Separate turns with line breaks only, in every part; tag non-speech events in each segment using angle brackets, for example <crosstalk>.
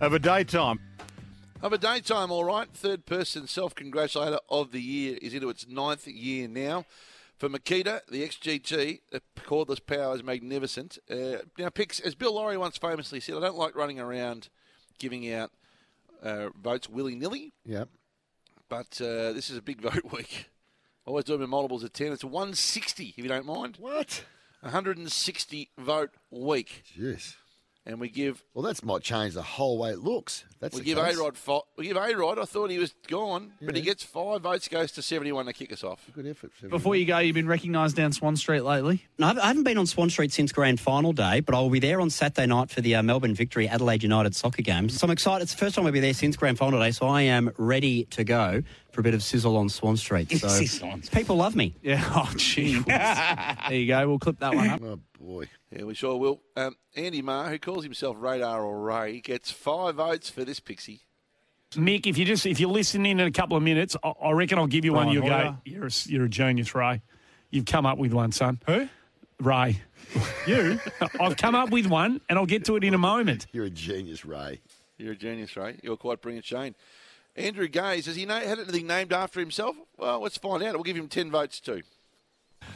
over daytime.
Over daytime, all right. Third person self congratulator of the year is into its ninth year now. For Makita, the XGT, the cordless power is magnificent. Uh, now, picks, as Bill Laurie once famously said, I don't like running around giving out uh, votes willy nilly,
Yep.
but uh, this is a big <laughs> vote week. I always do them in multiples of 10. It's 160, if you don't mind.
What?
160 vote week.
Yes.
And we give
Well, that's might change the whole way it looks. That's
We
the
give A
case.
Rod. Fi- we give A Rod. I thought he was gone, but he gets five votes, goes to seventy-one to kick us off.
Good effort. Severin.
Before you go, you've been recognised down Swan Street lately.
No, I haven't been on Swan Street since grand final day, but I will be there on Saturday night for the uh, Melbourne Victory Adelaide United soccer game. So I'm excited. It's the first time I'll be there since grand final day, so I am ready to go for a bit of sizzle on
<laughs>
Swan Street. So
Sizzle.
people love me.
Yeah. <laughs> Oh,
<laughs>
gee. whiz. there you go. We'll clip that one up.
Oh boy.
Yeah, we sure will. Um, Andy Marr, who calls himself Radar or Ray, gets five votes for this pixie.
Mick, if you just if you listen in in a couple of minutes, I, I reckon I'll give you one.
Brian
You'll
Hoyer.
go, you're a, s- you're a genius, Ray. You've come up with one, son.
Who?
Ray, you? <laughs> I've come up with one, and I'll get to it in a moment.
You're a genius, Ray.
<laughs> You're a genius, Ray. You're quite brilliant, Shane. Andrew Gay says he na- had anything named after himself. Well, let's find out. We'll give him ten votes too.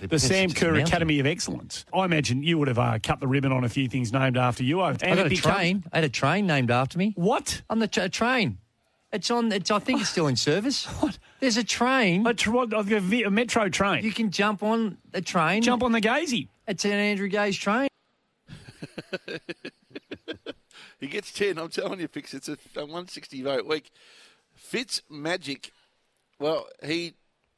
The Sam Kerr Academy of Excellence. I imagine you would have uh, cut the ribbon on a few things named after you. And
I got
it
a
become-
train. I had a train named after me.
What?
On the tra- train. It's on. It's, I think it's still in
<laughs>
service. What? There's a train.
A, tr- what- a vi- a metro train.
You can jump on the train.
jump on the Gazy.
It's an Andrew Gay's train.
He gets ten. I'm telling you, Pix. It's a, a 160 vote week. Fitz Magic. Well, he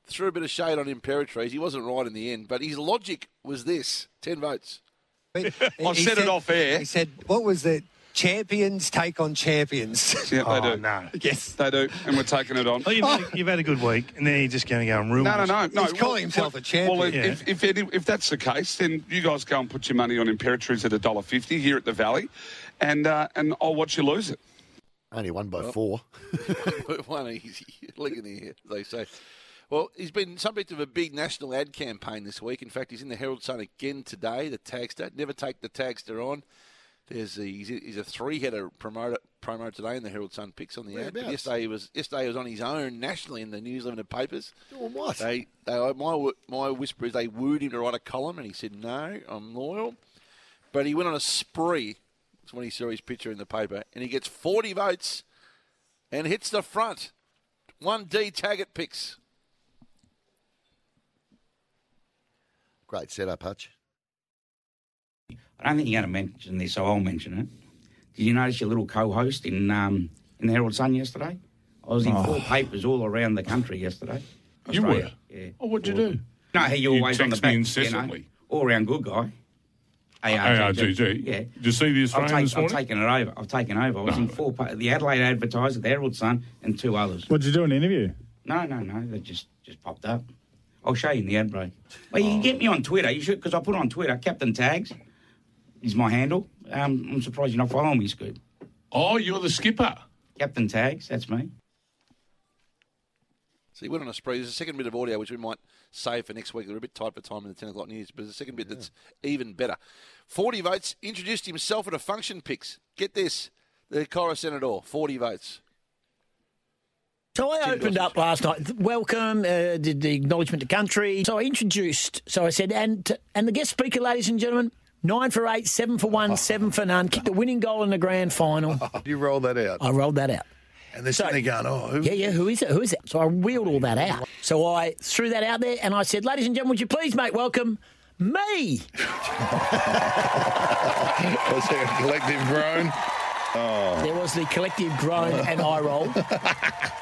threw a bit of shade on Imperatrice. He wasn't right in the end, but his logic was this: ten votes. <laughs>
I said it off air. He said, "What was that? Champions take on champions."
<laughs>
Oh,
Yeah, they do.
No.
yes.
They do, and we're taking it on.
Well, Oh, you've, had, you've had a good week, and then you're just going to go and ruin
No, no, no, no.
He's calling himself a champion.
Well, if, if, if, any- if that's the case, then you guys go and put your money on Imperatriz at $1.50 here at the Valley, and uh, and I'll watch you lose it.
Only one
Oh.
by four.
One easy <laughs> leg in the air, as they say. Well, he's been subject of a big national ad campaign this week. In fact, he's in the Herald Sun again today. The Tagster never take the Tagster on. There's a, he's a, he's a three-header promoter promo today in the Herald Sun picks on the ad. But
Whereabouts?
yesterday he was yesterday he was on his own nationally in the News Limited papers.
Doing what?
They, they my wo- my whisper is they wooed him to write a column, and he said no, I'm loyal. But he went on a spree. That's when he saw his picture in the paper, and he gets 40 votes, and hits the front. One D Taggart picks.
Great setup, Hutch.
I don't think you're going to mention this, so I'll mention it. Did you notice your little co-host in um, in the Herald Sun yesterday? I was in four papers all around the country yesterday.
Oh. You
Australia,
were?
Yeah.
Oh, what'd you do?
No, he always on the
text me
back. You
incessantly.
know, all round good guy.
ARGG.
Yeah.
Did you see the Australian
I've, take-
this morning?
I've taken it over. I've taken over. I was in four pa- the Adelaide Advertiser, the Herald Sun, and two others.
What'd you do an interview?
No, no, no. They just just popped up. I'll show you in the ad break. Well, you can get me on Twitter. You should because I put on Twitter. Captain Tags is my handle. Um, I'm surprised you're not following me, Scoop.
Oh, you're the skipper.
Captain Tags, that's me.
So he went on a spree. There's a second bit of audio which we might save for next week. We're a bit tight for time in the 10 o'clock news, but there's a second bit that's even better. 40 votes. Introduced himself at a function picks. Get this. The Cora Senator, 40 votes.
So I opened up last night. th- Welcome, uh, did the acknowledgement to country. So I introduced. So I said, and and the guest speaker, ladies and gentlemen, nine for eight, seven for one, seven for none. Kicked the winning goal in the grand final.
You roll that out.
I rolled that out.
and they're sitting there going, "Oh, who
Yeah, yeah. Who is it? Who is it? So I wheeled all that out. So I threw that out there, and I said, ladies and gentlemen, would you please make welcome me?
That's like a collective groan.
There was the collective groan and eye roll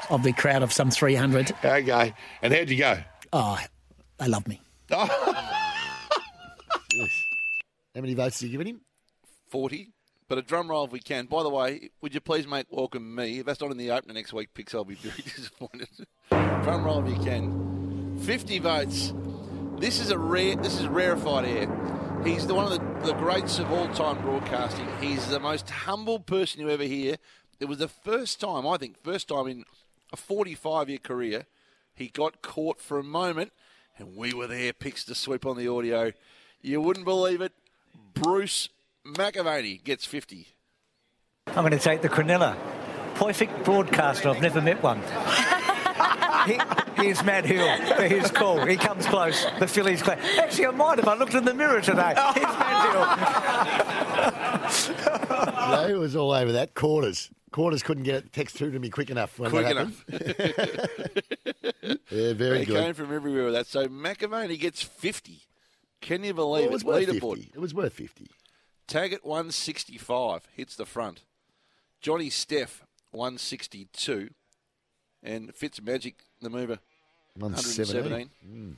of the crowd of some three hundred.
Okay. And how'd you go?
Oh, they love me.
How many votes are you giving him?
40. But a drum roll if we can. By the way, would you please, mate, welcome me? If that's not in the opener next week, Pix, I'll be very <laughs> disappointed. drum roll if you can. 50 votes. This is a rare. This is rarefied air. He's the one of the, the greats of all time broadcasting. He's the most humble person you ever hear. It was the first time, I think, first time in a 45 year career, he got caught for a moment, and we were there. Picks to sweep on the audio. You wouldn't believe it. Bruce McAvaney gets 50.
I'm going to take the Cronulla. Perfect broadcaster. I've never met one. <laughs> he, here's Matt Hill for his call. He comes close. The Phillies close. Actually, I might have. I looked in the mirror today. Here's Matt Hill.
They was all over that. Quarters. Quarters couldn't get it text through to me quick enough. When
Quick
that
enough.
happened. <laughs> yeah, very
they
good.
came from everywhere with that. So McAvaney gets 50. Can you believe
it was
it?
worth
Leaderboard.
50. It was worth 50.
Taggart 165 hits the front. Johnny Steph 162. And Fitzmagic, the mover,
117.
117.
Mm.